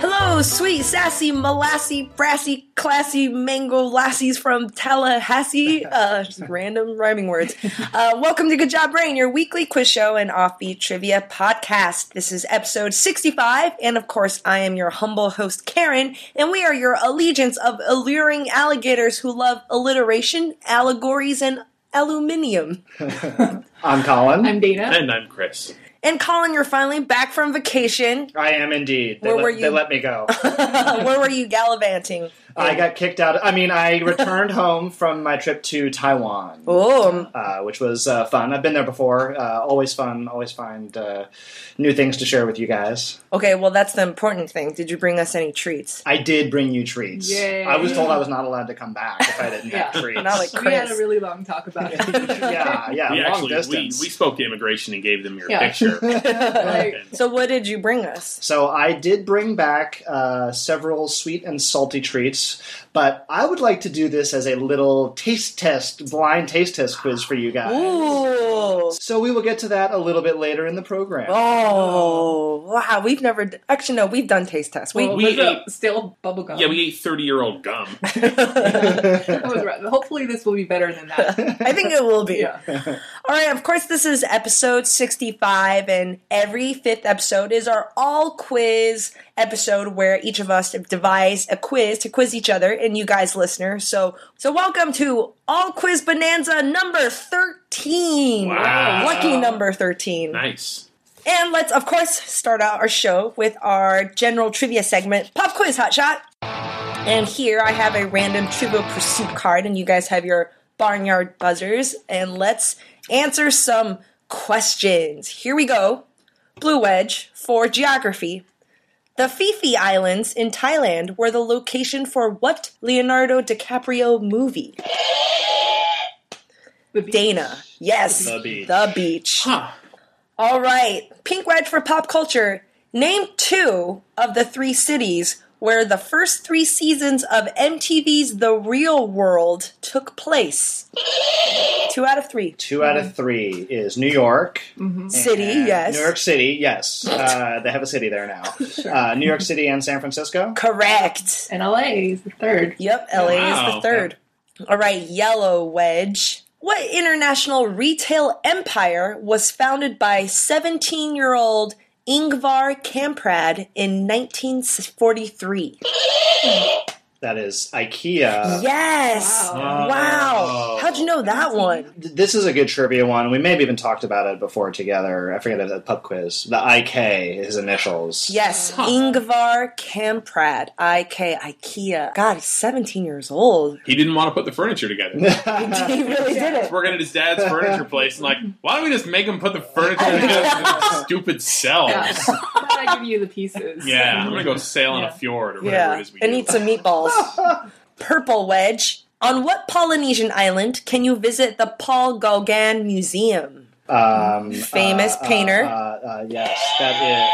Hello, sweet, sassy, molassy, brassy, classy, mango lassies from Tallahassee. Uh, just random rhyming words. Uh, welcome to Good Job Brain, your weekly quiz show and offbeat trivia podcast. This is episode 65, and of course, I am your humble host, Karen, and we are your allegiance of alluring alligators who love alliteration, allegories, and aluminium. I'm Colin. I'm Dana. And I'm Chris. And Colin, you're finally back from vacation. I am indeed. They, Where let, were you? they let me go. Where were you gallivanting? I got kicked out. I mean, I returned home from my trip to Taiwan, Oh, uh, which was uh, fun. I've been there before. Uh, always fun. Always find uh, new things to share with you guys. Okay, well, that's the important thing. Did you bring us any treats? I did bring you treats. Yay. I was told I was not allowed to come back if I didn't have Yeah. treats. Not like- We had a Chris. really long talk about it. yeah, yeah, we long actually we, we distance. spoke to immigration and gave them your Yeah. picture. Like, And So, what did you bring us? So I did bring back uh, several sweet and salty treats, but I would like to do this as a little taste test, blind taste test quiz for you guys. Ooh. So we will get to that a little bit later in the program. Oh, wow. We've never, d- actually, no, we've done taste tests. We, well, we was it ate- still bubblegum. yeah, we ate thirty-year-old gum. that was right. Hopefully, this will be better than that. I think it will be. Oh. Yeah. All right, of course, this is episode 65, and every fifth episode is our all quiz episode where each of us devise a quiz to quiz each other and you guys, listeners. So, so welcome to All Quiz Bonanza number 13. Wow. Lucky number 13. Nice. And let's, of course, start out our show with our general trivia segment, Pop Quiz Hot Shot. And here I have a random Trivial Pursuit card, and you guys have your barnyard buzzers. And let's answer some questions. Here we go. Blue Wedge for geography. The Fifi Islands in Thailand were the location for what Leonardo DiCaprio movie? The beach. Dana. Yes. The beach. The beach. Huh. All right. Pink Wedge for pop culture. Name two of the three cities where the first three seasons of MTV's The Real World took place. Two out of three. Two out of three is New York. City, and mm. yes. New York City, yes. Uh, they have a city there now. Uh, New York City and San Francisco. Correct. And LA is the third. Yep, LA is Wow. the third. All right, Yellow Wedge. What international retail empire was founded by 17 year old Ingvar Kamprad in 1943? That is IKEA. Yes! Wow. Wow. How'd you know that one? Th- This is a good trivia one. We may have even talked about it before together. I forget the pub quiz. The IK, his initials. Yes, Ingvar Kamprad, IK IKEA. God, he's 17 years old. He didn't want to put the furniture together. He really did it. Working at his dad's furniture place, and like, why don't we just make him put the furniture together? with their stupid Yeah. selves. Thought I'd give you the pieces. Oh. Yeah, I'm gonna go sail on a fjord or whatever it Yeah, is we and do. eat some meatballs. Purple Wedge. On what Polynesian island can you visit the Paul Gauguin Museum? Um, Famous uh, uh, painter. Uh, uh, yes, that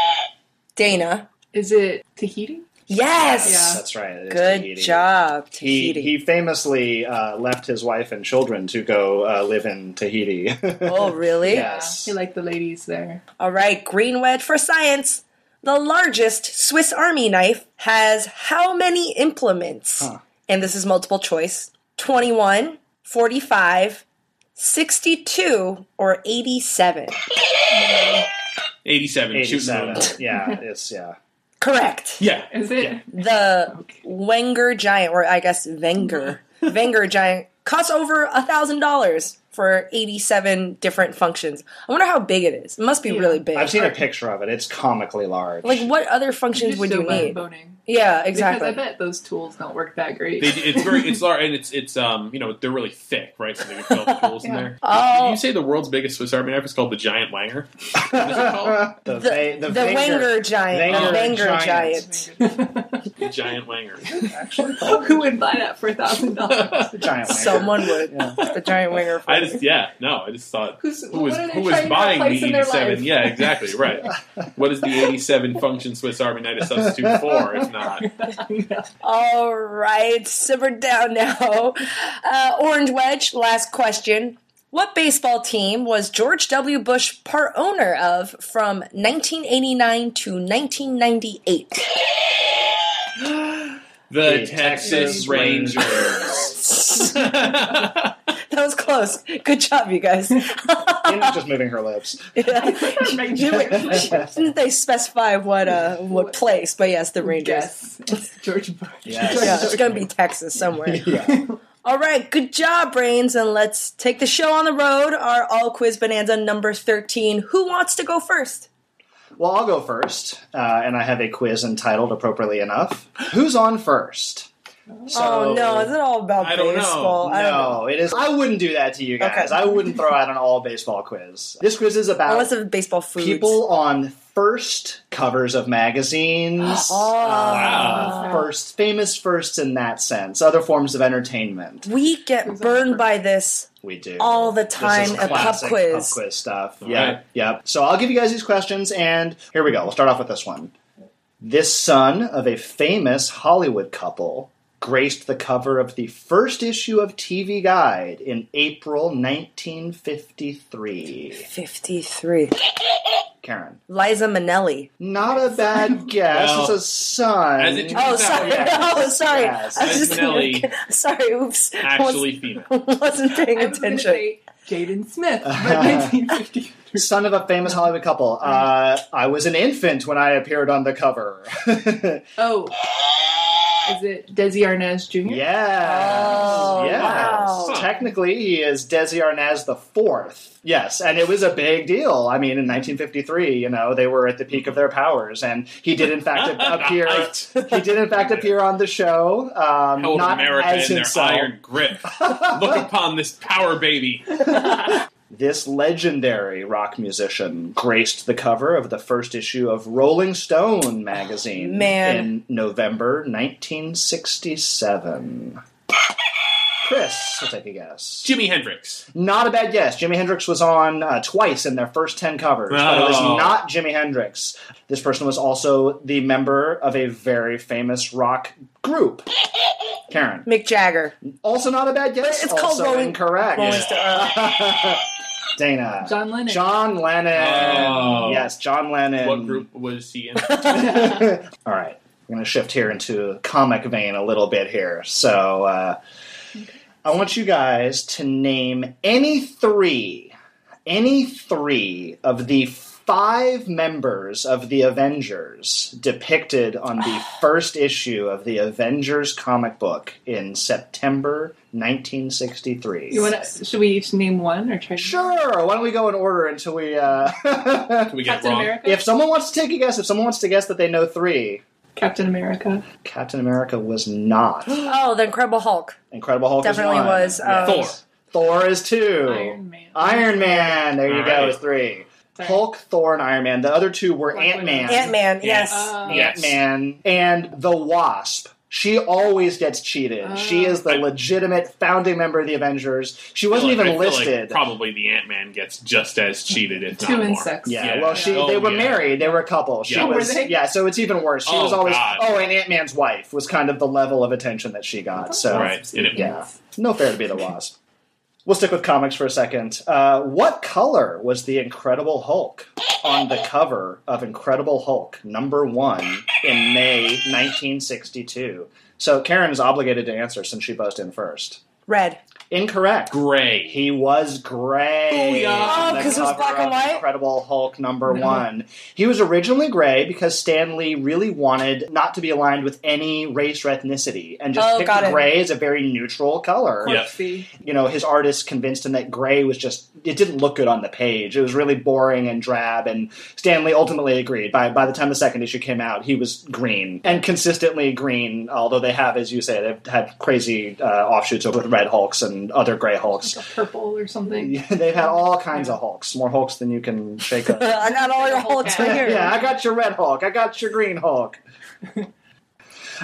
Dana. Is it Tahiti? is. Yes. That's right. it is Good Tahiti. job, He, Tahiti. he famously uh, left his wife and children to go uh, live in Tahiti. oh, really? Yeah. Yeah. He liked the ladies there. All right, green wedge for science. The largest Swiss Army knife has how many implements? And this is multiple choice 21, 45, 62, or 87. Eighty-seven. shooting the 87. moon. yeah, it's yeah. Correct. Yeah. Is it? Yeah. The Wenger giant, or I guess Wenger, Wenger giant costs over a thousand dollars for 87 different functions. I wonder how big it is. It must be really big. I've seen a picture of it. It's comically large. like, what other functions Just would so you bad need? Boning. Yeah, Because exactly. I bet those tools don't work that great. They, it's very, it's large, and it's, it's, um, you know, they're really thick, right? So they can fill the tools in Yeah. there. Oh. Did you say the world's biggest Swiss Army knife is called the Giant Wanger? What is it called? the the, va- the Wenger giant, Wenger the Wenger giant. giant. The Giant Wanger. Actually, Who would buy that for a thousand dollars? the giant Wenger. Someone would. The giant Wenger. I just yeah, no, I just thought Who's, who was what are they who was trying to buying replace in the their eighty-seven? life? Yeah, exactly right. what is the eighty-seven function Swiss Army knife a substitute for if not? All right, simmer down now. Uh, Orange Wedge, last question. What baseball team was George W. Bush part owner of from 1989 to 1998? The The Texas Texas Rangers. That was close. Good job, you guys. Anna's just moving her lips. Didn't they specify what uh, what place? But yes, the Rangers. Yes, it's George Bush. Yes. Yeah, it's gonna be Texas somewhere. Yeah. All right, good job, brains, and let's take the show on the road. Our all quiz bonanza number thirteen. Who wants to go first? Well, I'll go first, uh, and I have a quiz entitled appropriately enough. Who's on first? So- oh no, is it all about I don't know. baseball? I don't know. No, it is. I wouldn't do that to you guys. Okay. I wouldn't throw out an all baseball quiz. This quiz is about Unless it's baseball foods. people on first covers of magazines. Oh. Ah, Uh, Wow. First, famous firsts in that sense. Other forms of entertainment. we get Who's on burned first? by this. We do All the This is time at pub classic quiz. pub quiz stuff. All yeah, right. yeah. So I'll give you guys these questions, and here we go. We'll start off with this one. This son of a famous Hollywood couple graced the cover of the first issue of TV Guide in April 1953. Fifty-three. Karen, Liza Minnelli. not a bad guess. Well, it's a son. as it- Oh, Who's that sorry. one? Yeah. Oh, sorry. Yes. I was Liza just Minnelli. sorry. Oops. Actually, female. wasn't, wasn't paying I was going to attention. say Jaden Smith, but 1950. Son of a famous Hollywood couple. Uh, I was an infant when I appeared on the cover. Oh, is it Desi Arnaz Jr.? Yeah. Oh, yes. wow. Technically, he is Desi Arnaz the fourth. Yes, and it was a big deal. I mean, in 1953, you know, they were at the peak of their powers, and he did in fact appear. Right. he did in fact appear on the show, um, Held not America as in their himself. iron grip. Look upon this power baby. This legendary rock musician graced the cover of the first issue of Rolling Stone magazine Man. in November 1967. Chris, I'll take a guess. Jimi Hendrix. Not a bad guess. Jimi Hendrix was on uh, twice in their first 10 covers, but it was Oh. not Jimi Hendrix. This person was also the member of a very famous rock group. Karen. Mick Jagger. Also not a bad guess. It's called also Rolling- incorrect. Rolling Stone. Dana. John Lennon. John Lennon. Oh. Yes, John Lennon. What group was he in? All right. We're going to shift here into comic vein a little bit here. So uh, I want you guys to name any three, any three of the five members of the Avengers depicted on the first issue of the Avengers comic book in September 1963. You want to? Should we each name one or try? to- Sure. Why don't we go in order until we? Uh... Did we get Captain wrong? America. if someone wants to take a guess, if someone wants to guess that they know three, Captain America. Captain America was not. Oh, the Incredible Hulk. Incredible Hulk is Definitely one. was, um, Thor. Thor is two. Iron Man. Iron Man, There you All go. right. Is three. Sorry. Hulk, Thor, and Iron Man. The other two were Black Ant Man, Widow. Ant Man. Yes. Uh, Yes. Man, and the Wasp. She always gets cheated. she is the Oh. I- Oh, legitimate founding member of the Avengers. She wasn't I feel like- even I feel like listed. probably the Ant Man gets just as cheated, if Two not and more. six. yeah, Yeah. well, she Oh, they were yeah. married. They were a couple. She Yeah. Oh, were was they? yeah, so it's even worse. She Oh, was always God. oh, and Ant Man's wife was kind of the level of attention that she got. So Right. And it- Yeah. No fair to be the Wasp. We'll stick with comics for a second. Uh, what color was the Incredible Hulk on the cover of Incredible Hulk number one in May 1962? So Karen is obligated to answer since she buzzed in first. Red. Incorrect. Gray. He was gray. Booyah. on the Oh, 'cause it was cover black and of white? Incredible Hulk number one. He was originally gray because Stan Lee really wanted not to be aligned with any race or ethnicity, and just Oh, got picked it. gray as a very neutral color. Yeah. Corpsey. You know, his artists convinced him that gray was just it didn't look good on the page. It was really boring and drab, and Stan Lee ultimately agreed. By by the time the second issue came out, he was green and consistently green. Although they have, as you say, they've had crazy uh, offshoots with red Hulks and other gray Hulks. Like a purple or something. Yeah, They've had all kinds of Hulks, more Hulks than you can shake up. I got all your Hulks right here. yeah, I got your red Hulk. I got your green Hulk. all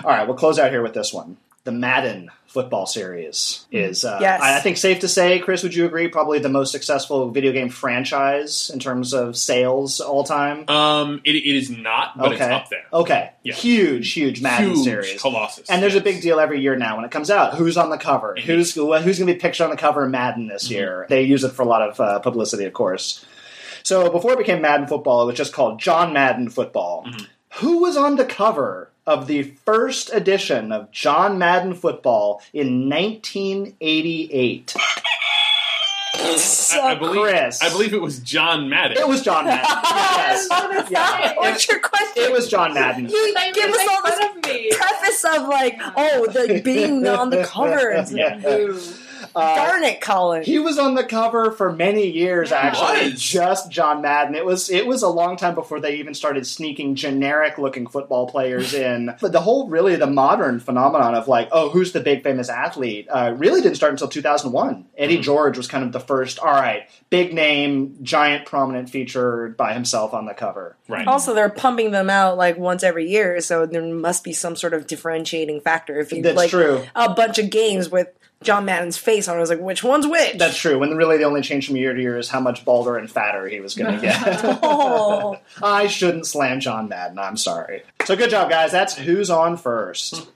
right, we'll close out here with this one. the Madden football series is, uh, Yes. I, I think, safe to say, Chris, would you agree? Probably the most successful video game franchise in terms of sales all time. Um, it, it is not, but it's Okay. up there. Okay, Yeah. huge, huge Madden Huge series. Colossus. And there's a yes. big deal every year now when it comes out. Who's on the cover? Mhm. Who's who's going to be pictured on the cover of Madden this Mhm. year? They use it for a lot of uh, publicity, of course. So before it became Madden Football, it was just called John Madden Football. Mhm. Who was on the cover of the first edition of John Madden Football in 1988? I, I So, believe, Chris. I believe it was John Madden. It was John Madden. yes. Yeah. what's your question? It was John Madden. you They give were us all making this fun of me. preface of like, oh, the being on the cover. It's like, Yeah. Boo. Uh, Darn it, Colin. He was on the cover for many years, Yeah. actually. Was? Just John Madden. It was it was a long time before they even started sneaking generic looking football players in. But the whole really the modern phenomenon of like, oh, who's the big famous athlete? Uh, really didn't start until 2001. Eddie Mhm. George was kind of the first. All right, big name, giant, prominent feature by himself on the cover. right. Also, they're pumping them out like once every year, so there must be some sort of differentiating factor. If you That's like true. a bunch of games with John Madden's face on, it, I was like, which one's which? That's true. When really the only change from year to year is how much balder and fatter he was going to get. oh, I shouldn't slam John Madden. I'm sorry. So good job, guys. That's who's on first. all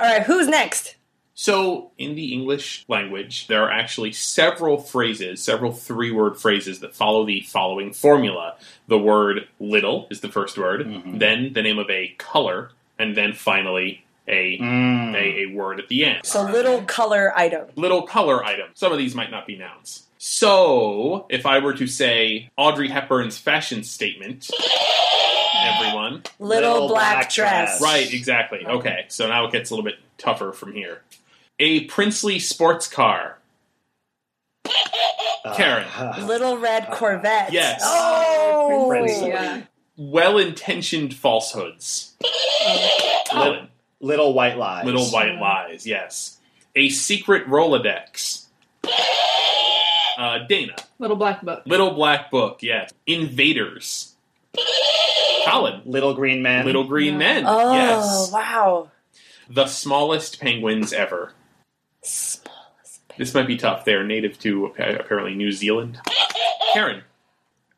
right. Who's next? So, in the English language, there are actually several phrases, several three word phrases that follow the following formula. The word little is the first word, Mm-hmm. then the name of a color, and then finally a, Mm. a, a word at the end. So little color item. Little color item. Some of these might not be nouns. So, if I were to say Audrey Hepburn's fashion statement, everyone. Little, black, dress. Right, exactly. Okay, so now it gets a little bit tougher from here. A princely sports car. Uh, Karen. Little red Corvette. Yes. Oh. Princely. Yeah. Well intentioned falsehoods. Little, Little white lies. little white lies, yes. A secret Rolodex. Uh, Dana. Little black book. Little black book, yes. Invaders. Colin. Little green man. Little green men, Oh yes. wow. The smallest penguins ever. This might be tough. They're native to appa- apparently New Zealand. Karen.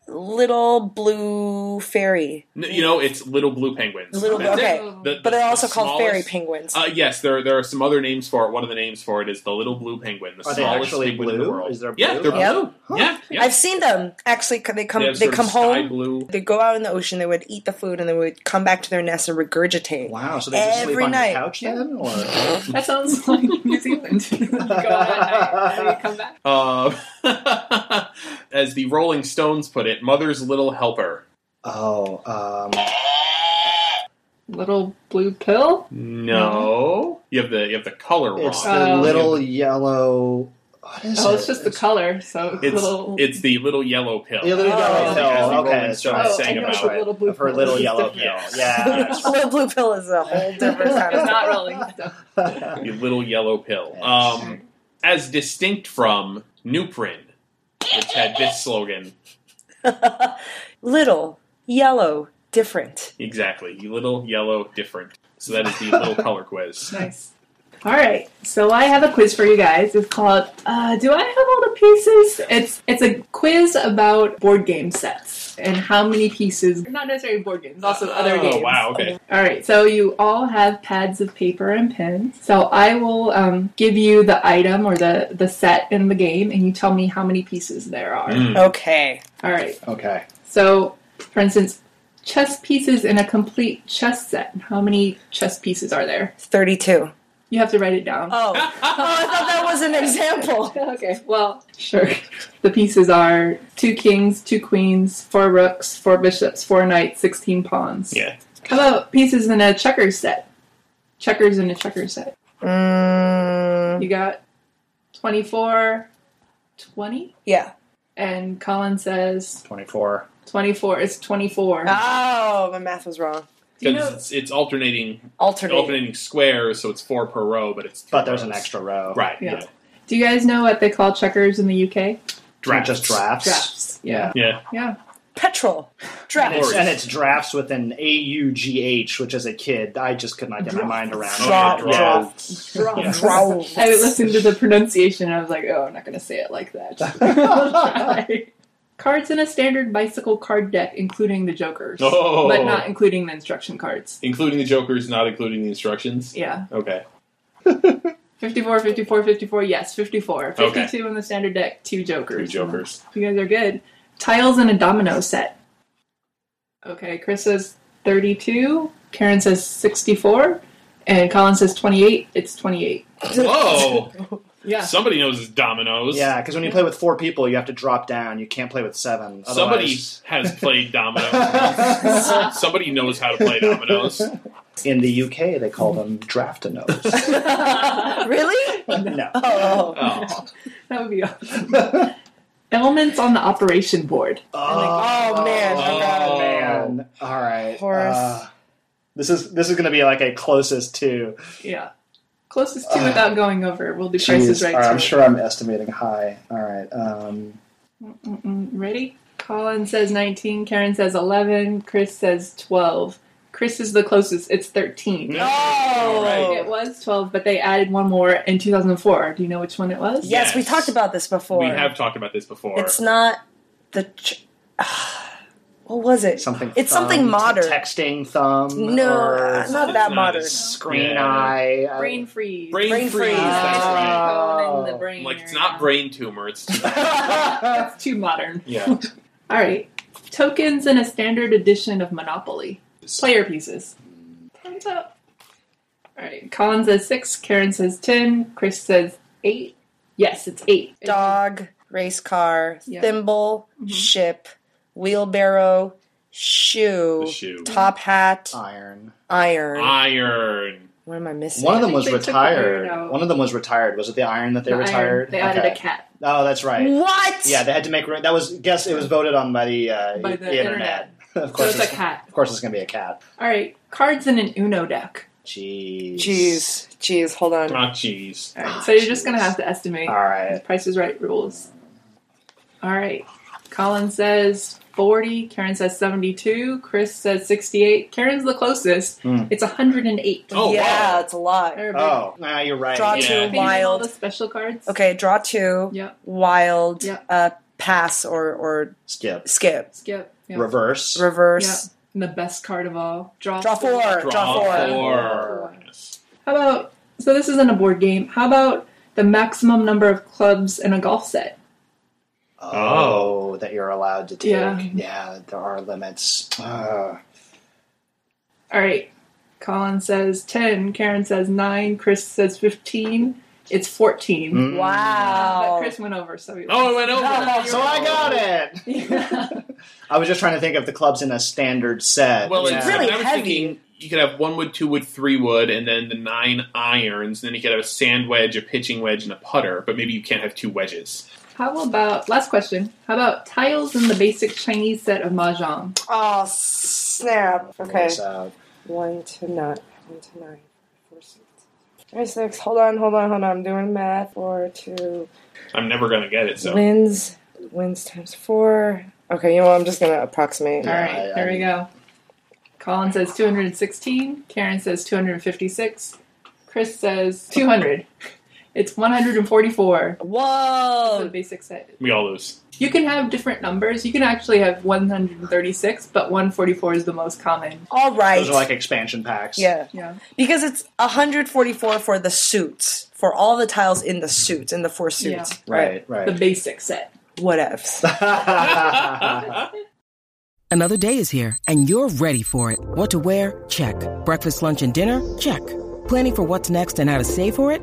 Little blue fairy. N- You know, it's little blue penguins. Little That's okay. it. Oh. The- But they're the also called fairy smallest- penguins. Uh, yes, there there are some other names for it. One of the names for it is the little blue penguin, the Are they smallest actually penguin in blue? the world. Is there Yeah, blue? they're Yep. blue. Huh. Yeah, yeah. I've seen them actually. 'cause They come. they They, have sort of come sky home. blue. They go out in the ocean. They would eat the food, and they would come back to their nest and regurgitate. Wow, so they just sleep Every on night. your couch then? Or? That sounds like New Zealand. you go at night and you come back. Uh, as the Rolling Stones put it, "Mother's little helper." oh, um, Little blue pill. No, you have the you have the color it's wrong. the Um, little yellow. What is Oh, it? it's just the color. So it's, It's little. it's the little yellow pill. The little Oh. yellow Because the pill. Okay, Rolling that's Stones right. oh, I sang know about it's a it. little blue I've heard pill. little It's yellow different. pill. Yes. Yeah. Little blue pill is a whole different kind It's of. not rolling stuff. the little yellow pill. Yes. Um, as distinct from Nuprin, which had this slogan Little yellow different. exactly: "Little yellow, different." So that is the little color quiz. Nice. All right, so I have a quiz for you guys. It's called uh, "Do I Have All the Pieces?" It's it's a quiz about board game sets and how many pieces. Not necessarily board games, also other Oh, games. wow, okay. All right, so you all have pads of paper and pens. So I will um, give you the item or the the set in the game, and you tell me how many pieces there are. Mm. Okay. All right. okay. So, for instance, chess pieces in a complete chess set. How many chess pieces are there? Thirty-two. You have to write it down. Oh. oh, I thought that was an example. Oh, Okay, well, sure. The pieces are two kings, two queens, four rooks, four bishops, four knights, 16 pawns. Yeah. How about pieces in a checker set? Checkers in a checker set. Mm, You got 24, 20, yeah. and Colin says 24. 24. It's 24. Oh, my math was wrong. Do you Because know? it's, it's alternating Alternate. alternating squares, so it's four per row, but it's three But there's an rows. extra row. right. Yeah, Yeah. Do you guys know what they call checkers in the UK? drafts. Just drafts. Drafts. Yeah. Yeah, Yeah. petrol, draft. And it's, Glorious. and it's drafts with an A U G H, which as a kid I just could not get my mind around. Draw- Yeah. draw- Yeah. I Oh, listened to the pronunciation and I was like, oh, I'm not going to say it like that. Cards in a standard bicycle card deck, including the jokers, Oh. but not including the instruction cards. Including the jokers, not including the instructions. Yeah. Okay. 54, 54, 54, yes, 54. Okay. 52 in the standard deck, two Two jokers. jokers. You guys are good. Tiles in a domino set. Okay, Chris says 32, Karen says 64, and Colin says 28. It's 28. Whoa! Yeah. Somebody knows his dominoes. Yeah, because when you play with four people, you have to drop down. You can't play with seven. Somebody Otherwise- has played dominoes. Somebody knows how to play dominoes. in the UK, they call them draft a really? no. Oh, Oh, That would be awesome. Elements on the operation board. Oh, man. Oh, Oh. man. All right. Horace. Uh, this is this is going to be like a closest to. Yeah. Closest to without going over. We'll do prices Jeez. right. All right, Uh, I'm too. sure I'm estimating high. All right. Um, Mm, Ready? Colin says 19, Karen says 11, Chris says 12. Chris is the closest. It's 13. No. All right. It was 12, but they added one more in 2004. Do you know which one it was? yes, we Yes. talked about this before. we have talked about this before. It's not the. Ch- what was it? something. It's thumb, something t- modern. Texting thumb. No, or uh, not that It's modern. as- Screen Yeah. eye. uh, I- Brain freeze. Brain, Brain freeze. freeze. That's Oh. right. Cone Oh. in the brain Like it's area. not brain tumor. It's That's too modern. yeah. All right. Tokens in a standard edition of Monopoly. Player pieces. Time's up. All right. Colin says six. Karen says ten. Chris says eight. Yes, it's eight. Dog, race car, Yeah. thimble, ship, wheelbarrow, shoe, The shoe. top hat, Uh, Iron. iron. uh, Iron. what am I missing? One of them think was they took the retired. iron out. One of them was retired. Was it the iron that they The iron. retired? They added Okay. a cat. Oh, that's right. What? Yeah, they had to make room. That was guess it was voted on by the uh, By the internet. of So course, it's a cat. Of course, it's gonna be a cat. All right. Cards in an Uno deck. Jeez. Jeez. Jeez. Hold on. Not cheese. All right. So you're just gonna have to estimate. All right. Price is Right rules. All right. Colin says 40. Karen says 72. Chris says 68. Karen's the closest. Hmm. It's 108. Oh, yeah, wow. it's a lot. Everybody- Oh, nah, you're right. Draw Yeah. two Can you do all wild. the special cards. Okay, draw two. Yep. Wild. Yep. Uh, pass or or Skip. skip. Skip. Yep. Reverse. Reverse. Yep. And the best card of all. Draw, Draw four. Draw four. four. Yes. How about so this isn't a board game. How about the maximum number of clubs in a golf set? Oh, that you're allowed to take. Yeah. Yeah, there are limits. Uh, All right. Colin says 10. Karen says 9. Chris says 15. It's 14. mm. Wow. But Chris went over, so he Oh, it went over. Oh, So I got it. it. I was just trying to think of the clubs in a standard set. Well, yeah. it's really I was heavy. thinking you could have one wood, two wood, three wood, and then the nine irons. And then you could have a sand wedge, a pitching wedge, and a putter. But maybe you can't have two wedges. How about last question? How about tiles in the basic Chinese set of mahjong? Oh snap! Okay, So, one to nine, one to nine, four six. Three, six. Hold on, hold on, hold on. I'm doing math. Four, two. I'm never gonna get it. So Wins, wins times four. Okay, you know what? I'm just gonna approximate. All Yeah, right, I- there I- we go. Colin says 216. Karen says 256. Chris says 200. It's 144. That's the Whoa! basic set. we all lose. You can have different numbers. You can actually have 136, but 144 is the most common. All those right. are like expansion packs. yeah, Yeah. because it's 144 for the suits, for all the tiles in the suits, in the four suits. Right. The Right. basic set. What ifs? Another day is here, and you're ready for it. What to wear? Check. Breakfast, lunch, and dinner? Check. Planning for what's next and how to save for it?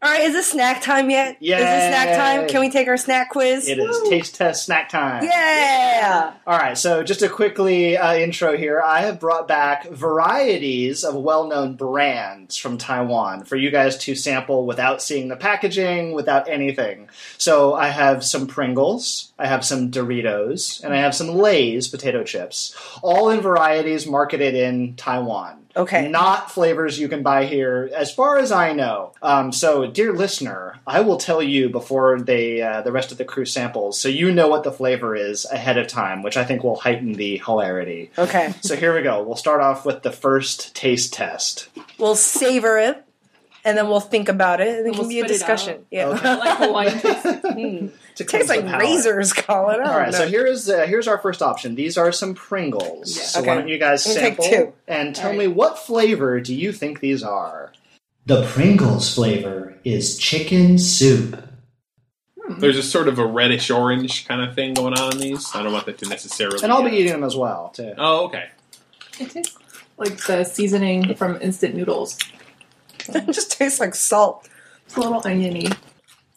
All right, is it snack time yet? Is it snack time? Yay. Can we take our snack quiz? It is taste test snack time. Yeah. All right, so just a quickly uh, intro here. I have brought back varieties of well-known brands from Taiwan for you guys to sample without seeing the packaging, without anything. So I have some Pringles, I have some Doritos, and I have some Lay's potato chips, all in varieties marketed in Taiwan. Okay. Not flavors you can buy here, as far as I know. Um, so, dear listener, I will tell you before they uh, the rest of the crew samples, so you know what the flavor is ahead of time, which I think will heighten the hilarity. Okay. So here we go. We'll start off with the first taste test. We'll savor it, and then we'll think about it, and it And can we'll be a spit it discussion. out. Yeah. Okay. I like Hawaiian pieces. To It cleanse tastes the like palate. razors, Colin. All right, so here. here is uh, here's our first option. These are some Pringles. So why Okay. don't you guys I'm gonna take sample two. and tell me what flavor do you think these are? The Pringles flavor is chicken soup. There's a sort of a reddish orange kind of thing going on in these. I don't want that to necessarily. And I'll be eating them as well too. Oh, okay. It tastes like the seasoning from instant noodles. It just tastes like salt. It's a little oniony.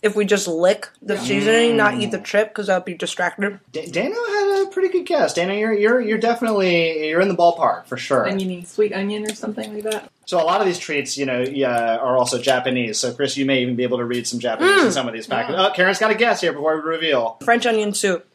If we just lick the seasoning, not eat the Mm. chip, because that would be distracted. D- Dano had a pretty good guess. Dano, you're you're you're definitely you're in the ballpark for sure. Oniony, sweet onion or something like that. So a lot of these treats, you know, yeah, are also Japanese. So Chris, you may even be able to read some Japanese in some of these packages. Oh, Karen's got a guess here before we reveal. French onion soup.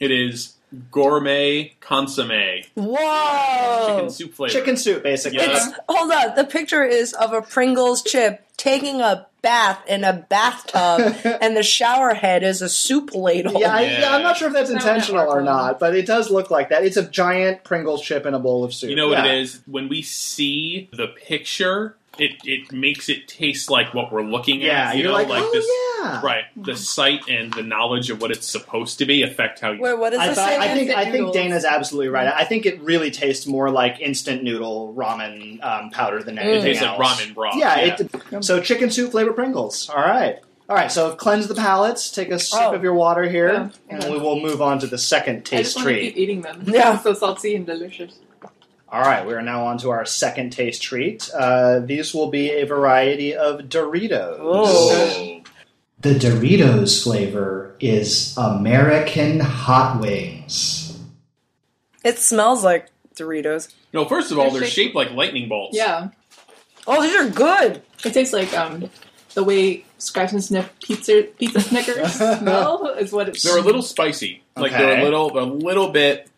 It is gourmet consomme Whoa! chicken soup flavor. Oh, Chicken soup, basically. Yeah. It's, hold on. The picture is of a Pringles chip taking a bath in a bathtub, and the shower head is a soup ladle. Yeah, I, Oh, yeah, I'm not sure if that's That would not intentional work or well. not, but it does look like that. It's a giant Pringles chip in a bowl of soup. You know what Yeah. it is? When we see the picture, it, it makes it taste like what we're looking Yeah, at. You you're know, like, "Oh, this yeah." right. The sight and the knowledge of what it's supposed to be affect how you Wait, what is I, this? thought, thing? I think instant I think noodles. Dana's absolutely right. I think it really tastes more like instant noodle ramen um, powder than anything it tastes like else. ramen broth. Yeah, It, so chicken soup flavored Pringles. All right. All right, so cleanse the palates. Take a sip Oh. of your water here, Yeah. and we will move on to the second I just taste want to keep treat. eating them. Yeah. It's so salty and delicious. All right, we are now on to our second taste treat. Uh, these will be a variety of Doritos. Oh. The Doritos flavor is American hot wings. it smells like Doritos. No, first of all, They're they're shaped like lightning bolts. Yeah. Oh, these are good. It tastes like um, the way scratch and sniff pizza pizza Snickers smell is what it's. They're a little spicy. Like Okay. they're a little, a little bit,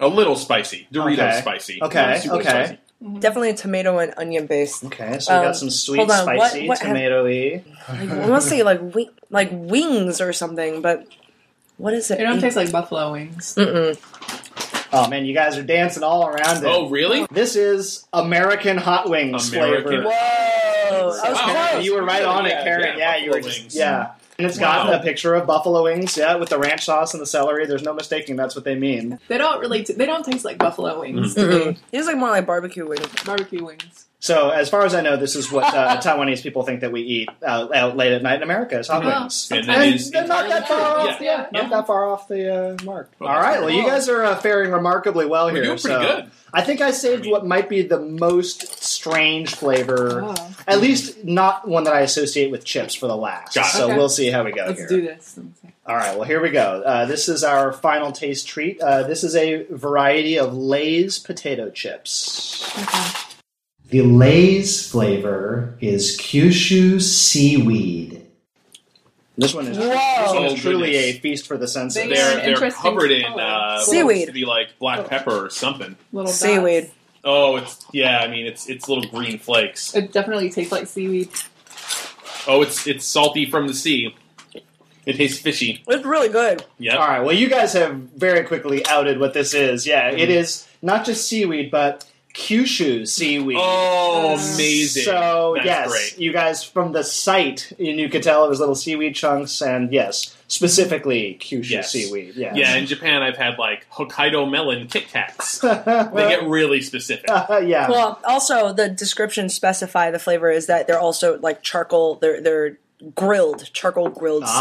a little spicy. Doritos Okay. spicy. Okay, Not super okay. spicy. Definitely tomato and onion based. Okay, so we Um, got some sweet, hold on, what- spicy, what have- tomatoey. Like, I want to say like wi- like wings or something, but what is it? They don't taste like buffalo wings. Mm. Oh man, you guys are dancing all around it. Oh, really? This is American hot wings American- flavor. Whoa, Whoa! I was Wow. close. You were right on it, Yeah, Karen. yeah, Yeah, you were buffalo just wings. yeah. And it's got Wow. a picture of buffalo wings, yeah, with the ranch sauce and the celery. There's no mistaking that's what they mean. They don't really. T- they don't taste like buffalo wings. to me. It's like more like barbecue wings. Barbecue wings. So, as far as I know, this is what uh, Taiwanese people think that we eat uh, out late at night in America is hot Yeah. wings. And that And is they're not that far entirely off. true. Yeah, Yeah, not yeah. that far off the uh, mark. Well, All that's right. pretty Well, you cool. guys are uh, faring remarkably well here. doing pretty so good. I think I saved I mean- what might be the most strange flavor, Wow. at least not one that I associate with chips for the last. Got it. So Okay. we'll see how we go Let's here. do this. All right. Well, here we go. Uh, this is our final taste treat. Uh, this is a variety of Lay's potato chips. The Lay's flavor is Kyushu seaweed. This one is, this one Oh, is truly goodness. a feast for the senses. They They're an they're interesting covered in color. uh, what Seaweed. looks to be like black pepper or something. Little dots. Seaweed. Oh, it's yeah. I mean, it's it's little green flakes. It definitely tastes like seaweed. Oh, it's it's salty from the sea. It tastes fishy. It's really good. Yep. All right. Mm-hmm. Well, you guys have very quickly outed what this is. Yeah, it is not just seaweed, but Kyushu seaweed. Oh, amazing! So That's yes, great. you guys from the site, and you could tell it was little seaweed chunks, and yes, specifically Kyushu Yes. seaweed. Yes. Yeah, in Japan, I've had like Hokkaido melon Kit Kats. they get really specific. yeah. Well, also the descriptions specify the flavor is that they're also like charcoal. They're they're grilled charcoal grilled Ah.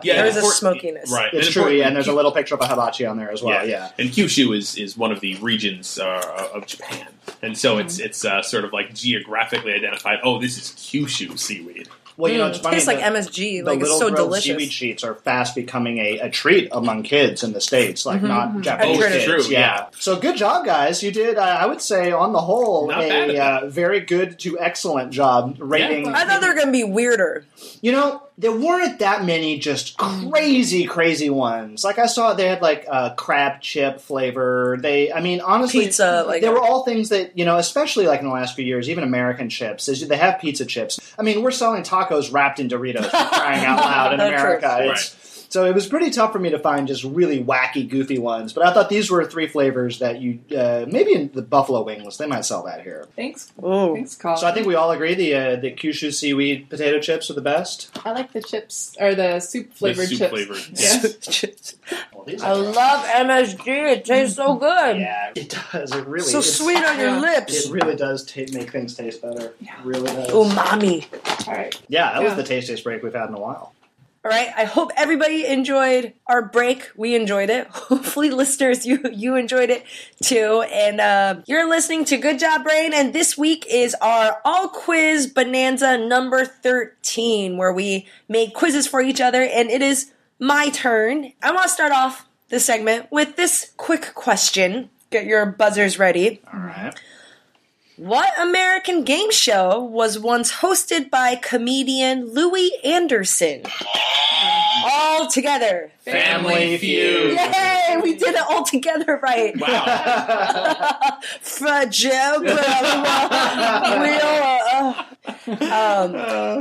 seaweed. Yeah, Uh, there is a important- smokiness. Right, it's and true. important- Yeah, and there's a little picture of a hibachi on there as well. Yeah. and Kyushu is is one of the regions uh, of Japan, and so Mm-hmm. it's it's uh, sort of like geographically identified. Oh, this is Kyushu seaweed. Well, you know, it's funny. tastes like that- MSG. the Like it's little so grilled delicious. seaweed sheets are fast becoming a, a treat among kids in the states, like not Japanese Oh, it's kids. true, yeah. yeah. So good job, guys. You did, uh, I would say, on the whole, Not bad at a that. uh, very good to excellent job rating. I thought they were going to be weirder. You know, there weren't that many just crazy, crazy ones. Like I saw, they had like uh, crab chip flavor. They, I mean, honestly, Pizza, like- they were all things that you know, especially like in the last few years, even American chips. Is they have pizza chips. I mean, we're selling tacos wrapped in Doritos for crying out loud in That's true. America. It's- So it was pretty tough for me to find just really wacky, goofy ones. But I thought these were three flavors that you uh, maybe in the buffalo wings they might sell that here. Thanks. Oh. Thanks, Colin. So I think we all agree the uh, the Kyushu seaweed potato chips are the best. I like the chips or the soup flavored soup chips. flavored. Yeah. Well, these I are- love MSG. It tastes so good. Yeah, it does. It really So it's- sweet on your Yeah. lips. It really does ta- make things taste better. It really does. Oh Umami. All right. Yeah, that was Yeah. the tastiest break we've had in a while. All right. I hope everybody enjoyed our break. We enjoyed it. Hopefully, listeners, you you enjoyed it too. And uh, you're listening to Good Job Brain. And this week is our all quiz bonanza number thirteen, where we make quizzes for each other. And it is my turn. I want to start off this segment with this quick question. Get your buzzers ready. All right. What American game show was once hosted by comedian Louis Anderson? All together. Family Feud. Yay, we did it all together right. Wow. For Joe, we all, uh, um,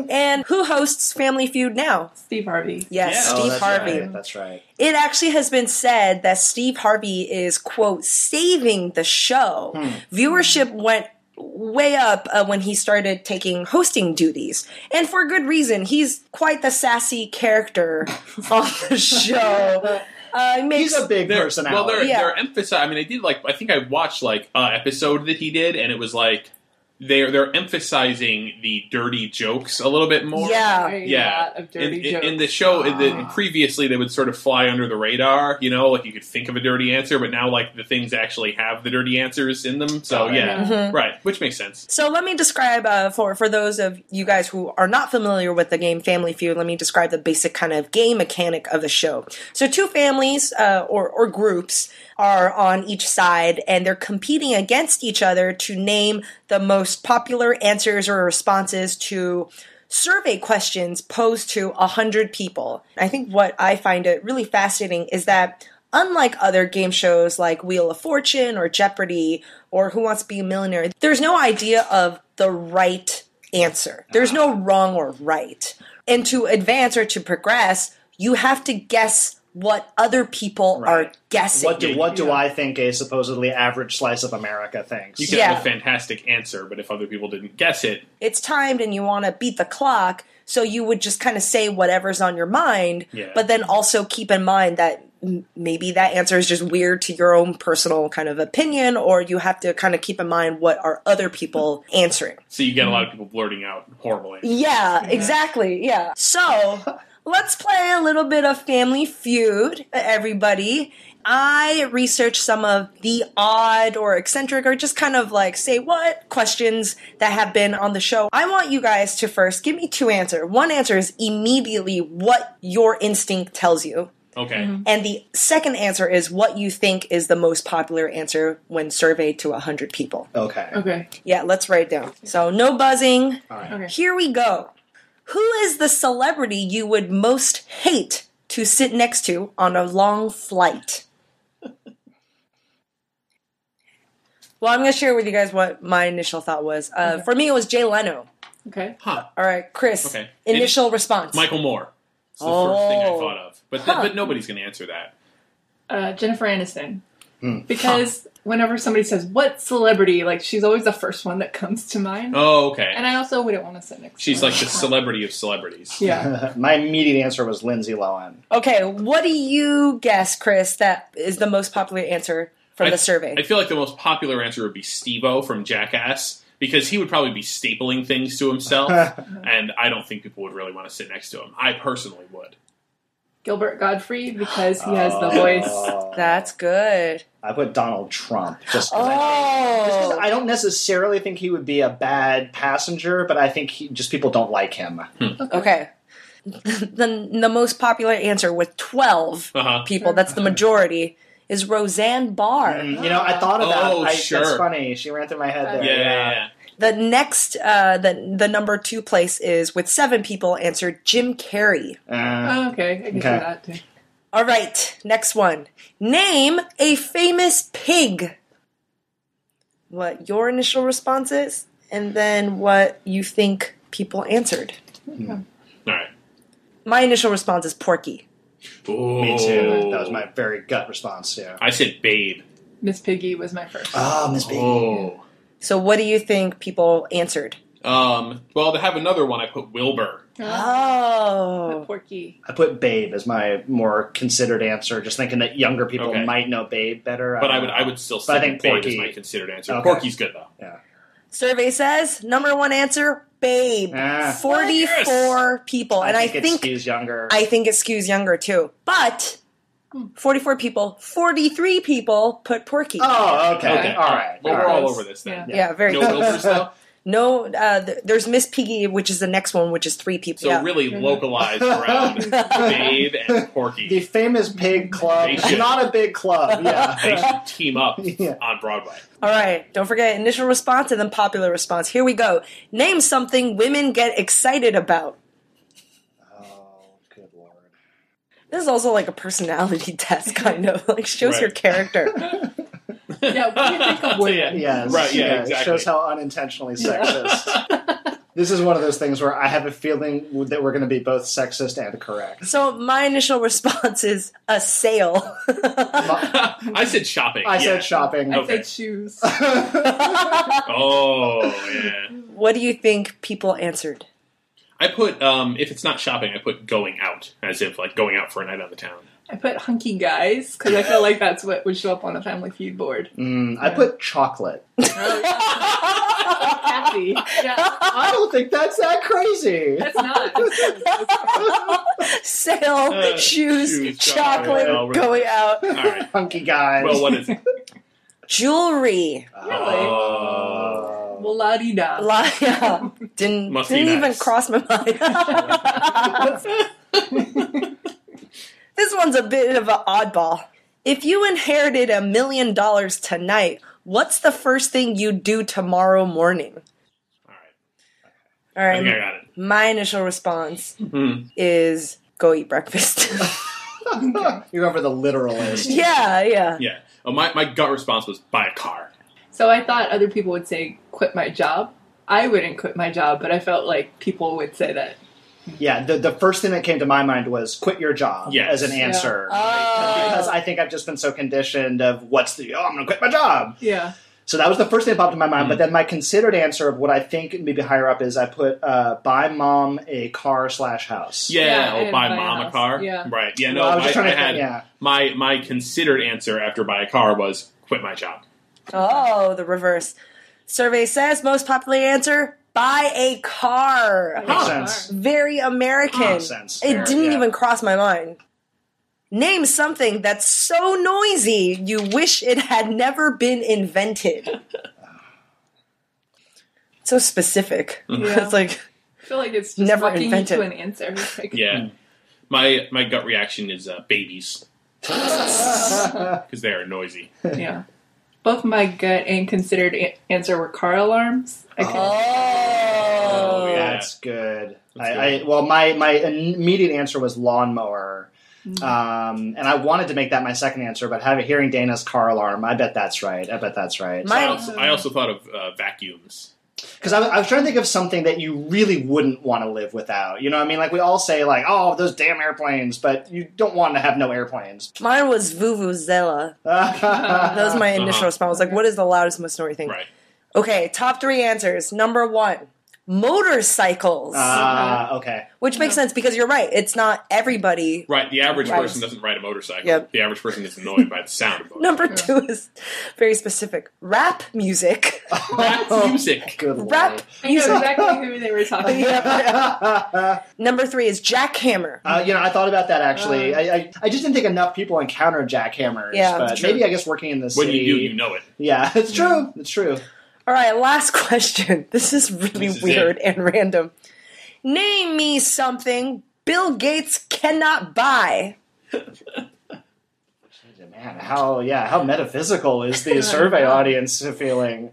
and who hosts Family Feud now? Steve Harvey. Yes, Yeah. Oh, Steve that's Harvey. Right. That's right. It actually has been said that Steve Harvey is, quote, saving the show. Hmm. Viewership went way up uh, when he started taking hosting duties. And for good reason. He's quite the sassy character on the show. Uh, he makes, He's a big They're- well, personality. they're, Yeah. they're emphasizing. I mean, I did like. I think I watched like an episode that he did, and it was like they're they're emphasizing the dirty jokes a little bit more. yeah. Very Yeah, lot of in, dirty in- jokes. in the show, in the, previously they would sort of fly under the radar. You know, like you could think of a dirty answer, but now like the things actually have the dirty answers in them. So Oh, yeah, right, which makes sense. So let me describe uh, for for those of you guys who are not familiar with the game Family Feud. Let me describe the basic kind of game mechanic of the show. So two families uh, or or groups are on each side, and they're competing against each other to name the most popular answers or responses to survey questions posed to 100 people. I think what I find it really fascinating is that unlike other game shows like Wheel of Fortune or Jeopardy or Who Wants to Be a Millionaire, there's no idea of the right answer. There's no wrong or right. And to advance or to progress, you have to guess what other people are guessing. what do what do I think a supposedly average slice of America thinks? You can Yeah. have a fantastic answer, but if other people didn't guess it, it's timed and you want to beat the clock so you would just kind of say whatever's on your mind Yeah. but then also keep in mind that m- maybe that answer is just weird to your own personal kind of opinion or you have to kind of keep in mind what are other people answering so you get a lot of people blurting out horrible answers. yeah, exactly. Yeah. So let's play a little bit of Family Feud, everybody. I researched some of the odd or eccentric or just kind of like say what questions that have been on the show. I want you guys to first give me two answers. One answer is immediately what your instinct tells you. Okay, And the second answer is what you think is the most popular answer when surveyed to 100 people. okay. Okay. Yeah, let's write it down. So no buzzing. All right. Okay. Here we go. Who is the celebrity you would most hate to sit next to on a long flight? well, I'm going to share with you guys what my initial thought was. Uh, For me, it was Jay Leno. Okay. huh? All right, Chris. Okay. Initial It- response. Michael Moore. It's the first thing I Oh. thought of, but th- but nobody's going to answer that. Uh, Jennifer Aniston. because whenever somebody says what celebrity, like she's always the first one that comes to mind. Oh, okay. And I also wouldn't want to sit next. She's to her. like the celebrity of celebrities. yeah. My immediate answer was Lindsay Lohan. Okay, what do you guess, Chris, that is the most popular answer from I- the survey? I feel like the most popular answer would be Steve-O from Jackass because he would probably be stapling things to himself, and I don't think people would really want to sit next to him. I personally would. Gilbert Godfrey because he has the voice. That's good. I put Donald Trump just 'cause Oh, I, I don't necessarily think he would be a bad passenger, but I think he, just people don't like him. okay. the, the most popular answer with 12 Uh-huh. people, that's the majority, is Roseanne Barr. You know, I thought of that. Oh, I, That's sure. funny. She ran through my head there. Yeah, yeah, yeah. The next, uh, the, the number two place is with seven people answered Jim Carrey. Uh, Oh, okay, I can see Okay. that too. All right, next one. Name a famous pig. What your initial response is, and then what you think people answered. All right. My initial response is Porky. Oh. me too. Ooh. That was my very gut response. Yeah. I said Babe. Miss Piggy was my first. Oh, Miss Piggy. Oh. So, what do you think people answered? Um, well, to have another one, I put Wilbur. Oh, Porky. I put Babe as my more considered answer, just thinking that younger people Okay. might know Babe better. But I don't would, know. I would still But I say think Babe Porky- is my considered answer. Okay. Porky's good though. Yeah. survey says number one answer, Babe. Ah. Forty-four people, and I it think skews younger. I think it skews younger too. But forty-four people, forty-three people put Porky. oh, okay. Okay. All right. Well, all we're right. all over this then. Yeah. yeah, very No good. Wilbur's though. No, uh, th- there's Miss Piggy, which is the next one, which is three people. So Yeah. Mm-hmm. really localized around Babe and Porky. The famous pig club. They should. Not a big club. they Yeah. should team up Yeah. on Broadway. All right, don't forget initial response and then popular response. Here we go. Name something women get excited about. oh, good lord. This is also like a personality test, kind of like shows Right. your character. Yeah, what do you think of women? Yeah. Yes. Right, yeah, yes. exactly. Shows how unintentionally sexist. this is one of those things where I have a feeling that we're going to be both sexist and correct. so my initial response is a sale. I said shopping. I yeah. said shopping. I Okay. said shoes. Oh yeah. what do you think people answered? I put um, if it's not shopping, I put going out as if like going out for a night out of town. I put hunky guys because I feel like that's what would show up on a Family Feud board. Mm, I put chocolate. Kathy. Yeah, I don't think that's that crazy. that's not. Uh, Sale, shoes, shoes, chocolate, chocolate, all right. going out, All right. Hunky guys. Well, what is it? jewelry. really? Oh. Well, la di da. La- yeah. Didn't Must be didn't even nice. cross my mind. this one's a bit of an oddball. If you inherited a million dollars tonight, what's the first thing you do tomorrow morning? All right. All I right. think I got it. My initial response Mm-hmm. is go eat breakfast. You're over the literalist. yeah, yeah. Yeah. Oh, my my gut response was buy a car. So I thought other people would say quit my job. I wouldn't quit my job, but I felt like people would say that. Yeah, the, the first thing that came to my mind was quit your job Yes. as an answer. Oh. Because I think I've just been so conditioned of what's the, oh, I'm going to quit my job. Yeah. So that was the first thing that popped in my mind. Hmm. But then my considered answer of what I think maybe higher up is I put uh, buy mom a car slash house. Yeah, Yeah, or and buy buy a mom a house. car. Yeah. Right. Yeah. No, Well, I was just I, trying to I had think, yeah. my my considered answer after buy a car was quit my job. Oh, the reverse. Survey says most popular answer buy a car. Makes Huh. sense. Very American. Makes sense. It Fair, didn't yeah. even cross my mind. Name something that's so noisy you wish it had never been invented. so specific. Hmm. Yeah. it's like I feel like it's just Never walking invented. you to an answer. It's like, Yeah. Hmm. My my gut reaction is uh, babies because they are noisy. Oh, yeah. Both my gut and considered a- answer were car alarms. I could, oh, yeah. That's good. That's I, good. I, well, my, my immediate answer was lawnmower. Um, and I wanted to make that my second answer, but having hearing Dana's car alarm, I bet that's right. I bet that's right. My- I also, I also thought of uh, vacuums. Because I, I was trying to think of something that you really wouldn't want to live without. You know, what I mean, like we all say, like, "Oh, those damn airplanes," but you don't want to have no airplanes. Mine was Vuvuzela. That was my initial Uh-huh. response. I was like, what is the loudest, most noisy thing? Right. Okay, top three answers. Number one, motorcycles. Ah, okay. which makes sense because you're right. It's not everybody. Right. The average Right. person doesn't ride a motorcycle. Yep. The average person is annoyed by the sound of a motorcycle. Number two is very specific rap music. Oh, That's music. Good Rap. I know exactly who they were talking about. lord. Number three is jackhammer. Uh, you know, I thought about that actually. I, I, I just didn't think enough people encounter jackhammers. Yeah, but that's maybe I guess working in the When city. you do, you know it. Yeah, it's true. It's true. All right, last question. This is really This is weird it. and random. Name me something Bill Gates cannot buy. Man, how yeah, how metaphysical is the survey audience feeling?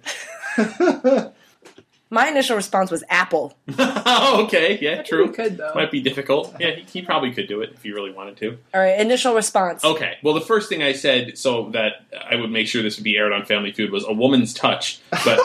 My initial response was Apple. oh, okay. Yeah, true. You could though. Might be difficult. Yeah, he, he probably could do it if he really wanted to. All right, initial response. Okay. Well, the first thing I said so that I would make sure this would be aired on Family Feud was a woman's touch, but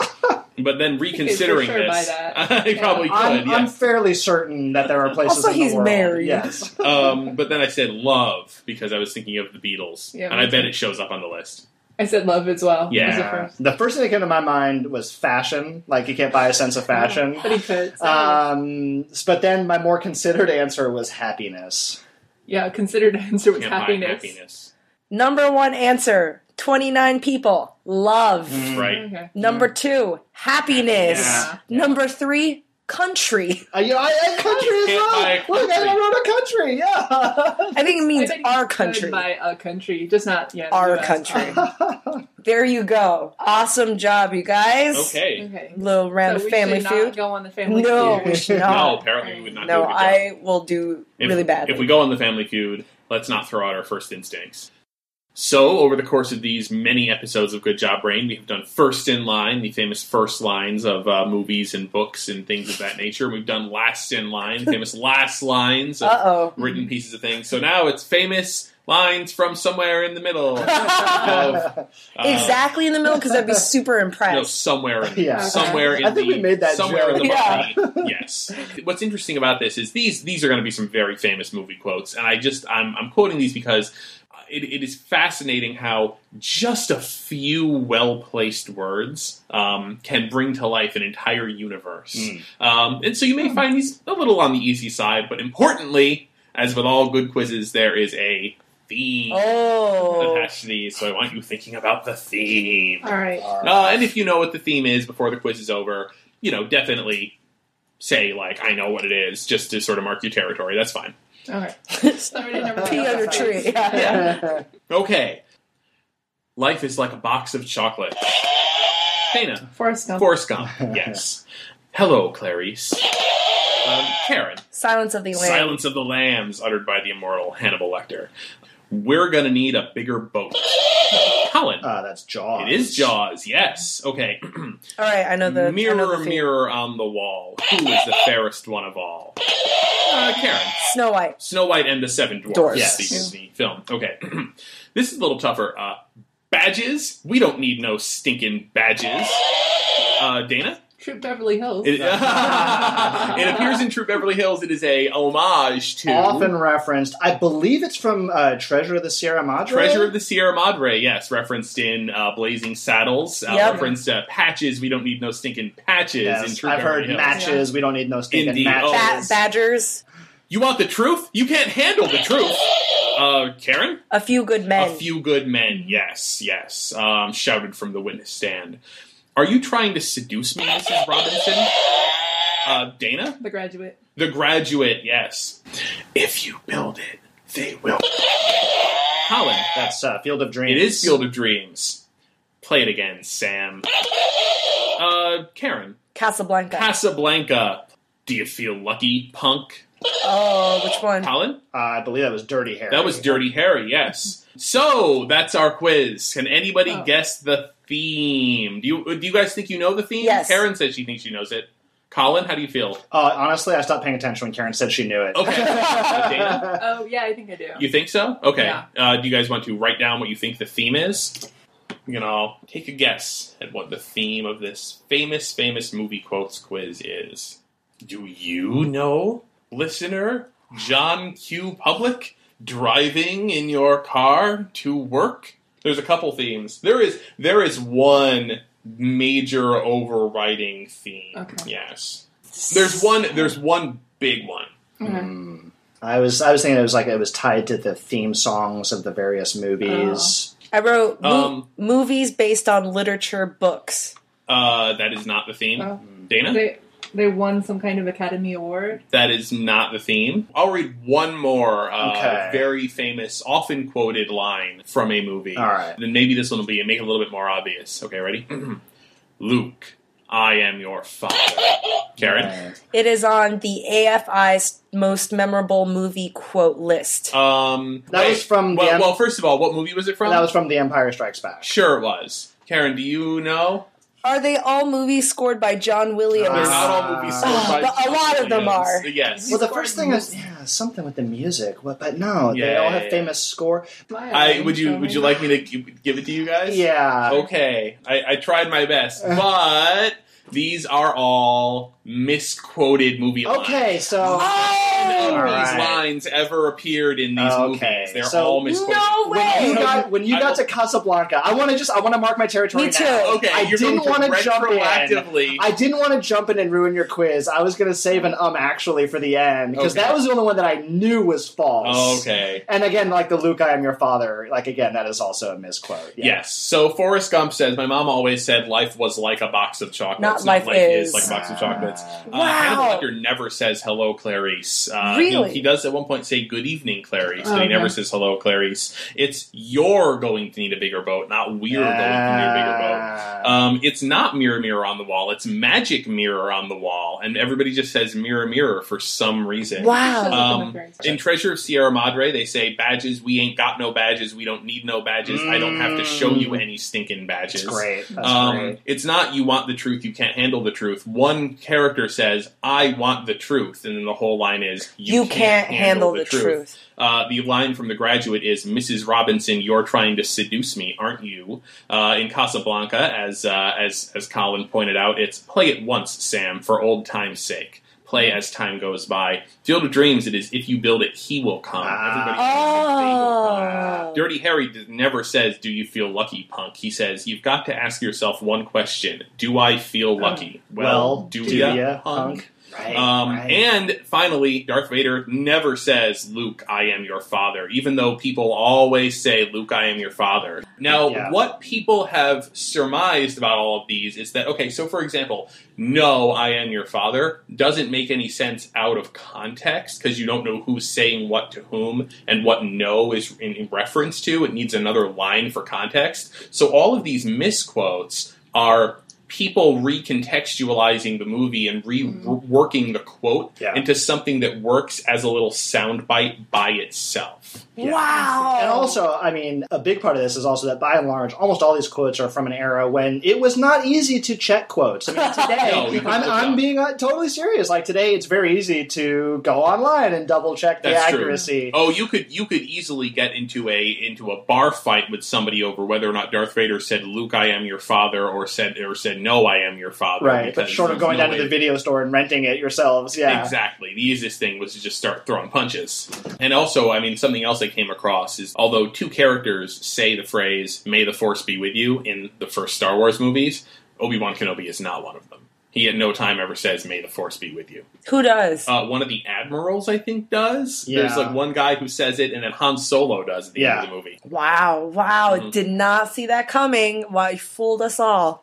but then reconsidering sure buy this, that. I probably could. I'm, I'm yes. fairly certain that there are places. Also, in the he's world- married. Yes. um, but then I said love because I was thinking of the Beatles, Yeah, and I me bet too. it shows up on the list. I said love as well. Yeah. Was the Uh, first. the first thing that came to my mind was fashion. Like you can't buy a sense of fashion. But he could. So, Um, but then my more considered answer was happiness. yeah, considered answer was Can't happiness. buy happiness, Number one answer 29 people. Love. Mm. right? Okay. Number two, happiness. Mm. Yeah. Number three, country. Uh, you know, I, I country as Can't buy well. a Look, I country. wrote a country. Yeah. I think it means I bet you our could country. By a country, just not yeah. the Our US. country. there you go. Awesome job, you guys. Okay. Okay. Little So round we of family should feud. Not go on the family No, feud. we should No, not. apparently we would not. do No, a good job. I will do If- really badly. If we go on the Family Feud, let's not throw out our first instincts. So, over the course of these many episodes of Good Job Brain, we have done first in line, the famous first lines of uh, movies and books and things of that nature. We've done last in line, famous last lines of Uh-oh. written pieces of things. So now it's famous lines from somewhere in the middle. of, uh, exactly in the middle because I'd be super no, impressed. somewhere in Yeah. somewhere in I think the, we made that somewhere in the joke. movie. yes. What's interesting about this is these these are going to be some very famous movie quotes, and I just I'm I'm quoting these because it, it is fascinating how just a few well placed words um, can bring to life an entire universe. Um, and so you may find these a little on the easy side, but importantly, as with all good quizzes, there is a theme Oh. attached to these. So I want you thinking about the theme. All right. Uh, and if you know what the theme is before the quiz is over, you know, definitely say, like, I know what it is, just to sort of mark your territory. That's fine. All right. Started number Pee under tree. Okay. Life is like a box of chocolate. Hannah. Forrest Gump. Forrest Gump. Yes. Hello, Clarice. Um, Karen. Silence of the Lambs. Silence of the Lambs, uttered by the immortal Hannibal Lecter. We're gonna need a bigger boat. Colin. Ah, that's Jaws. it is Jaws, yes. Okay. All right, I know the I know the mirror, theme. mirror on the wall, who is the fairest one of all? Uh, Karen. Snow White. Snow White and the Seven Dwarfs. Dwarfs. Yes, Yes. the, the film. Okay, this is a little tougher. Uh, badges. We don't need no stinking badges. Uh, Dana. Troop Beverly Hills. It, it appears in True Beverly Hills. It is a homage to Often referenced. I believe it's from uh, Treasure of the Sierra Madre. Treasure of the Sierra Madre, yes, referenced in uh, Blazing Saddles, uh, Yep. referenced uh, patches. We don't need no stinking patches in Yes, True I've Beverly heard Hills. matches. We don't need no stinking Indeed. matches. Oh. Ba- badgers. You want the truth? You can't handle the truth. Uh, Karen? A Um, few good men. A few good men, yes, yes, um, shouted from the witness stand. Are you trying to seduce me, Mrs. Robinson? Uh, Dana? the Graduate. The graduate, yes. If you build it, they will. Colin, That's uh, Field of it Dreams. is Field of Dreams. Play it again, Sam. Uh, Karen, Casablanca. Casablanca. Do you feel lucky, punk? oh, which one? Colin? Uh, I believe that was Dirty Harry. That was Dirty Harry, yes. So that's our quiz. Can anybody guess the theme? Do you do you guys think you know the theme? Yes. Karen says she thinks she knows it. Colin, how do you feel? Uh, honestly, I stopped paying attention when Karen said she knew it. Okay. Uh, Dana, Oh yeah, I think I do. you think so? Okay. Yeah. Uh, do you guys want to write down what you think the theme is? You can all take a guess at what the theme of this famous, famous movie quotes quiz is. Do you know, listener, John Q. Public, driving in your car to work? There's a couple themes. There is there is one major overriding theme. Okay. Yes. There's one there's one big one. I was I was thinking it was like it was tied to the theme songs of the various movies. Oh. I wrote mo- Um, movies based on literature books. Uh, that is not the theme. Oh. Dana? They they won some kind of Academy Award. That is not the theme. I'll read one more uh, Okay. very famous, often quoted line from a movie. All right. Then maybe this one will be make it a little bit more obvious. Okay, ready? Luke, I am your father. Karen? It is on the AFI's most memorable movie quote list. Um, That was from well, the- well, first of all, what movie was it from? That was from The Empire Strikes Back. Sure, it was. Karen, do you know? Are they all movies scored by John Williams? They're Uh, not all movies. scored Ah, by but a John lot of them Williams. are. Yes. Well, the Scoring first thing is music. yeah, something with the music, what- but no, they Yeah, all yeah, have yeah. famous score. I would you would you like me to gi- give it to you guys? Yeah, Okay, I, I tried my best, but these are all misquoted movie lines. okay, so None All of these right. lines ever appeared in these Okay, movies. They're so- all misquoted. No when you way! got when you I got will- to Casablanca, I want to just I want to mark my territory. Me too. now. Okay, I you're didn't going to wanna jump in. retroactively. I didn't want to jump in and ruin your quiz. I was going to save an um actually for the end because Okay. Oh, that was the only one that I knew was false. Okay. And again, like the Luke, I am your father. Like again, that is also a misquote. Yeah. Yes. So Forrest Gump says, "My mom always said life was like a box of chocolates. Not life is. like a box of chocolates." Uh, Wow. Hannibal Lecter never says hello, Clarice. Uh, he- Really? He, does at one point say good evening, Clarice, but Oh, he never no. says hello, Clarice. It's you're going to need a bigger boat, not we're going to need a bigger boat. Ah. Um, it's not mirror mirror on the wall. It's magic mirror on the wall, and everybody just says mirror mirror for some reason. wow. Um, in Treasure of Sierra Madre, they say badges. We ain't got no badges. We don't need no badges. I don't have to show you any stinking badges. Mm. That's great. That's Um, great. it's not you want the truth, you can't handle the truth. One character says, "I want the truth," and then the whole line is, you, can't, handle, the truth. Uh, the line from The Graduate is, "Mrs. Robinson, you're trying to seduce me, aren't you?" Uh, in Casablanca, as uh, as as Colin pointed out, it's "Play it once, Sam, for old time's sake." Play as time goes by. Field of Dreams, it is, "If you build it, he will come." Everybody knows they will come. Oh. Dirty Harry d- never says, Do you feel lucky, punk? He says, You've got to ask yourself one question Do I feel lucky? well, Oh. do, do ya, ya, punk? Right, Um, right. And finally, Darth Vader never says, Luke, I am your father, even though people always say, Luke, I am your father. Now, Yeah. what people have surmised about all of these is that, okay, so for example, no, I am your father doesn't make any sense out of context because you don't know who's saying what to whom and what no is in, in reference to. It needs another line for context. So all of these misquotes are people recontextualizing the movie and reworking the quote Yeah. into something that works as a little soundbite by itself. Wow. Oh. And also, I mean, a big part of this is also that by and large, almost all these quotes are from an era when it was not easy to check quotes. I mean, No, you today, can I'm, look I'm up. being uh, totally serious. Like, today, it's very easy to go online and double check the That's true. accuracy. Oh, you could you could easily get into a into a bar fight with somebody over whether or not Darth Vader said Luke I am your father or said or said no I am your father. Right, but because short of there's going no down to way- the video store and renting it yourselves, yeah. Exactly. The easiest thing was to just start throwing punches. And also, I mean, something else I came across is although two characters say the phrase, may the force be with you, in the first Star Wars movies, Obi Wan Kenobi is not one of them. He at no time ever says, may the force be with you. Who does? Uh, one of the admirals, I think, does. There's Yeah. like one guy who says it, and then Han Solo does at the end of the movie. wow. Wow. mm-hmm. Did not see that coming. Why, you fooled us all.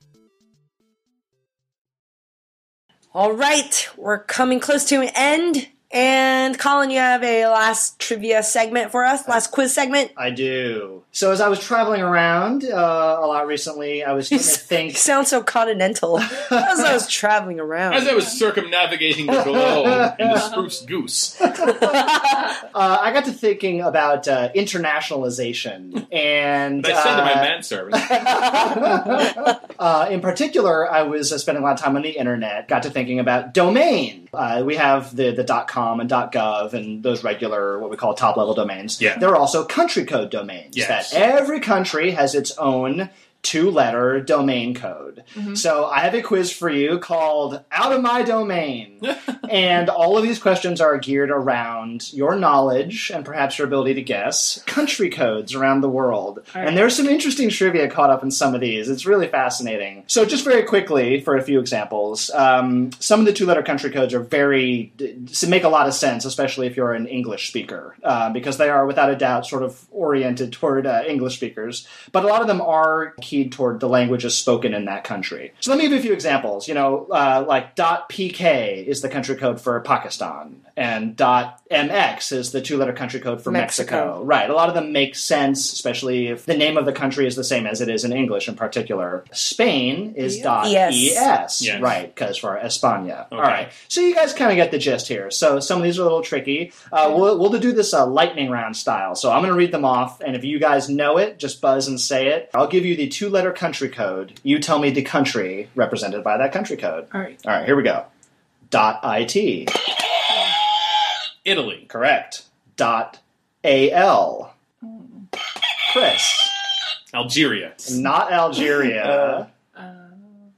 All right, we're coming close to an end. And Colin, you have a last trivia segment for us, last quiz segment. I do. So as I was traveling around uh, a lot recently, I was trying to You think. sound so continental. As I was traveling around. As I was circumnavigating the globe in the spruce goose. Uh, I got to thinking about uh, internationalization, and And I said to my uh, manservant, uh, in particular, I was uh, spending a lot of time on the internet. Got to thinking about domain. Uh, we have the the .com and .gov and those regular what we call top level domains. Yeah. There are also country code domains. Yes. That every country has its own two letter domain code. So I have a quiz for you called Out of My Domain. and all of these questions are geared around your knowledge and perhaps your ability to guess country codes around the world. And there's some interesting trivia caught up in some of these. It's really fascinating. So, just very quickly for a few examples, um, some of the two letter country codes are very, d- d- make a lot of sense, especially if you're an English speaker, uh, because they are without a doubt sort of oriented toward uh, English speakers. But a lot of them are keyed toward the languages spoken in that country. So, let me give you a few examples. You know, uh, like .pk is the country code for Pakistan, and .mx is the two letter country code for Mexico. Mexico. Right. A lot of them make sense, especially if the name of the country is the same as it is in English in particular. Spain is dot Yes. ES. Yes. Right, because for España. All Okay. right. So you guys kind of get the gist here. So some of these are a little tricky. Uh, we'll, we'll do this uh, lightning round style. So I'm going to read them off, and if you guys know it, just buzz and say it. I'll give you the two letter country code. You tell me the country represented by that country code. All right. All right, here we go. Dot IT. Italy. Correct. Dot AL. Chris. Algeria. Not Algeria.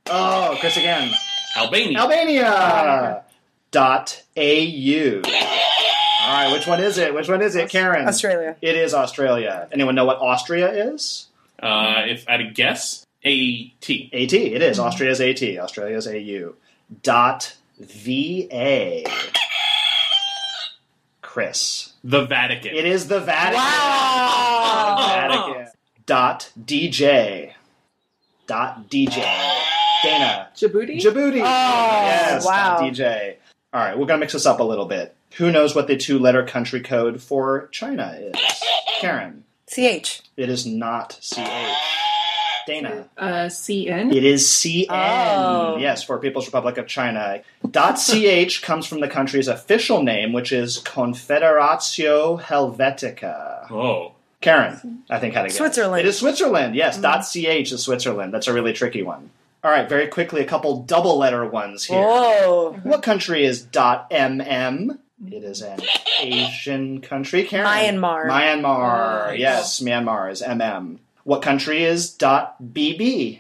oh, Chris again. Albania. Albania. Dot AU. All right, which one is it? Which one is it, Karen? Australia. It is Australia. Anyone know what Austria is? Uh, if I had a guess, AT. AT. It is. Austria's AT. Australia's AU. Dot VA. Chris. The Vatican. It is the Vatican. Wow. Vatican. Dot DJ. Dot DJ. Dana. Djibouti? Djibouti. yes. Oh, wow. Dot DJ. All right, we're gonna mix this up a little bit. Who knows what the two-letter country code for China is? Karen. CH. It is not CH. Dana. uh, CN. It is CN. Oh. Yes, for People's Republic of China. .ch comes from the country's official name, which is Confederatio Helvetica. oh. Karen, I think, had a guess. Switzerland. Mm. It is Switzerland, yes. Dot .ch is Switzerland. That's a really tricky one. All right, very quickly, a couple double letter ones here. Whoa. Mm-hmm. What country is dot .mm? It is an Asian country. Karen. Myanmar. Oh, Myanmar, yes. Myanmar is mm. What country is dot .bb?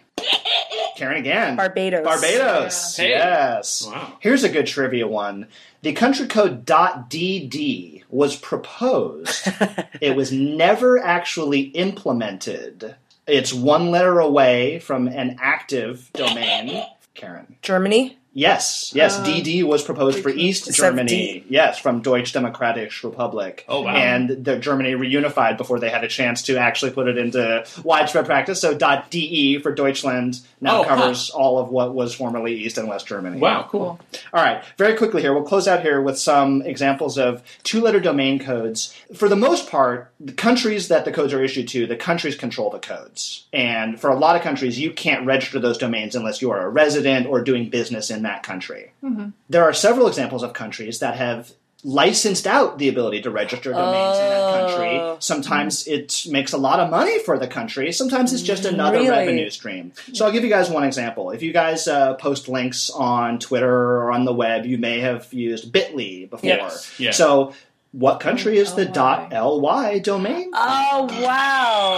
Karen again. Barbados. Barbados. Yeah. Hey. Yes. Wow. Here's a good trivia one. The country code .dd was proposed. it was never actually implemented. It's one letter away from an active domain. Karen. Germany. Yes, yes. DD was proposed for East Um, Except Germany. D. Yes, from Deutsche Demokratische Republic. Oh, wow. And the Germany reunified before they had a chance to actually put it into widespread practice. So .de for Deutschland now Oh, huh. covers all of what was formerly East and West Germany. Wow, cool. All right, very quickly here, we'll close out here with some examples of two letter domain codes. For the most part, the countries that the codes are issued to, the countries control the codes. And for a lot of countries, you can't register those domains unless you are a resident or doing business in that country. There are several examples of countries that have licensed out the ability to register domains in that country. Sometimes it makes a lot of money for the country, sometimes it's just another Really? revenue stream. So I'll give you guys one example. If you guys uh, post links on Twitter or on the web, you may have used Bitly before. Yes, yes. So what country is the .ly domain? Oh Oh. wow.